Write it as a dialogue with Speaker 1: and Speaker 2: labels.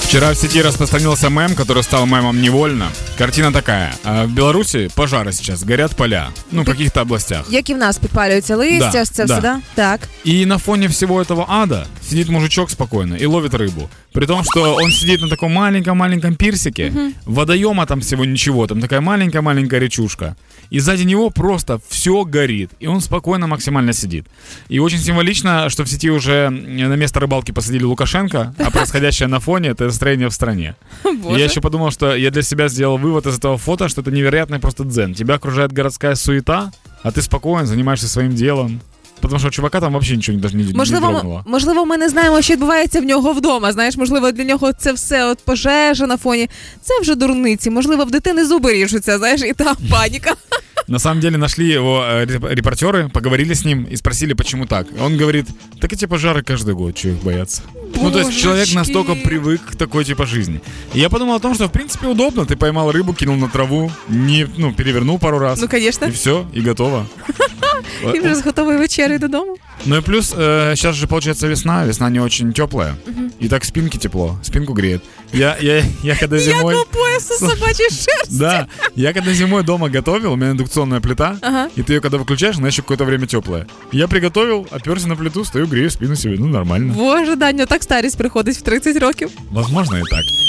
Speaker 1: Вчера в сети распространился мем, который стал мемом невольно. Картина такая. А В Беларуси пожары сейчас, горят поля. Ну, в каких-то областях.
Speaker 2: Як і в нас підпалюються листя,
Speaker 1: Да,
Speaker 2: ось це все,
Speaker 1: да.
Speaker 2: да? Так.
Speaker 1: И на фоне всего этого ада сидит мужичок спокойно и ловит рыбу. При том, что он сидит на таком маленьком-маленьком пирсике, водоема там всего ничего, там такая маленькая-маленькая речушка. И сзади него просто все горит. И он спокойно максимально сидит. И очень символично, что в сети уже м, на место рыбалки посадили Лукашенко, а происходящее на фоне — это настроение в стране. Я еще подумал, что я для себя сделал вывод из этого фото, что это невероятный просто дзен. Тебя окружает городская суета, а ты спокоен, занимаешься своим делом. Потому що у чувака там взагалі нічого навіть не, не
Speaker 2: Можливо,
Speaker 1: дрогнуло.
Speaker 2: м- можливо, ми не знаємо, що відбувається в нього вдома. Знаєш, можливо, для нього це все от пожежа на фоні. Це вже дурниці. Можливо, в дитини зуби ріжуться, знаєш, і там паніка.
Speaker 1: На самом деле нашли его э, реп- репортеры, поговорили с ним и спросили, почему так. Он говорит, так эти пожары каждый год, чего их бояться. Ну, то есть человек
Speaker 2: Божечки.
Speaker 1: настолько привык к такой типа жизни. И я подумал о том, что в принципе удобно. Ты поймал рыбу, кинул на траву, не, ну, перевернул пару раз.
Speaker 2: Ну,
Speaker 1: и
Speaker 2: звісно,
Speaker 1: все, и готово.
Speaker 2: і вже з готовою вечерею додому.
Speaker 1: Ну и плюс, э, сейчас же получается весна, весна не очень теплая. И так спинки тепло, спинку греет. Я, я, я когда
Speaker 2: Я
Speaker 1: зимой...
Speaker 2: купую все собачий шерсть.
Speaker 1: Да, я когда зимой дома готовил, у меня индукционная плита,
Speaker 2: Ага.
Speaker 1: и ты ее когда выключаешь, она еще какое-то время теплая. Я приготовил, оперся на плиту, стою, грею спину себе, ну нормально.
Speaker 2: Боже, Даня, так старість приходить в 30 років.
Speaker 1: Возможно и так.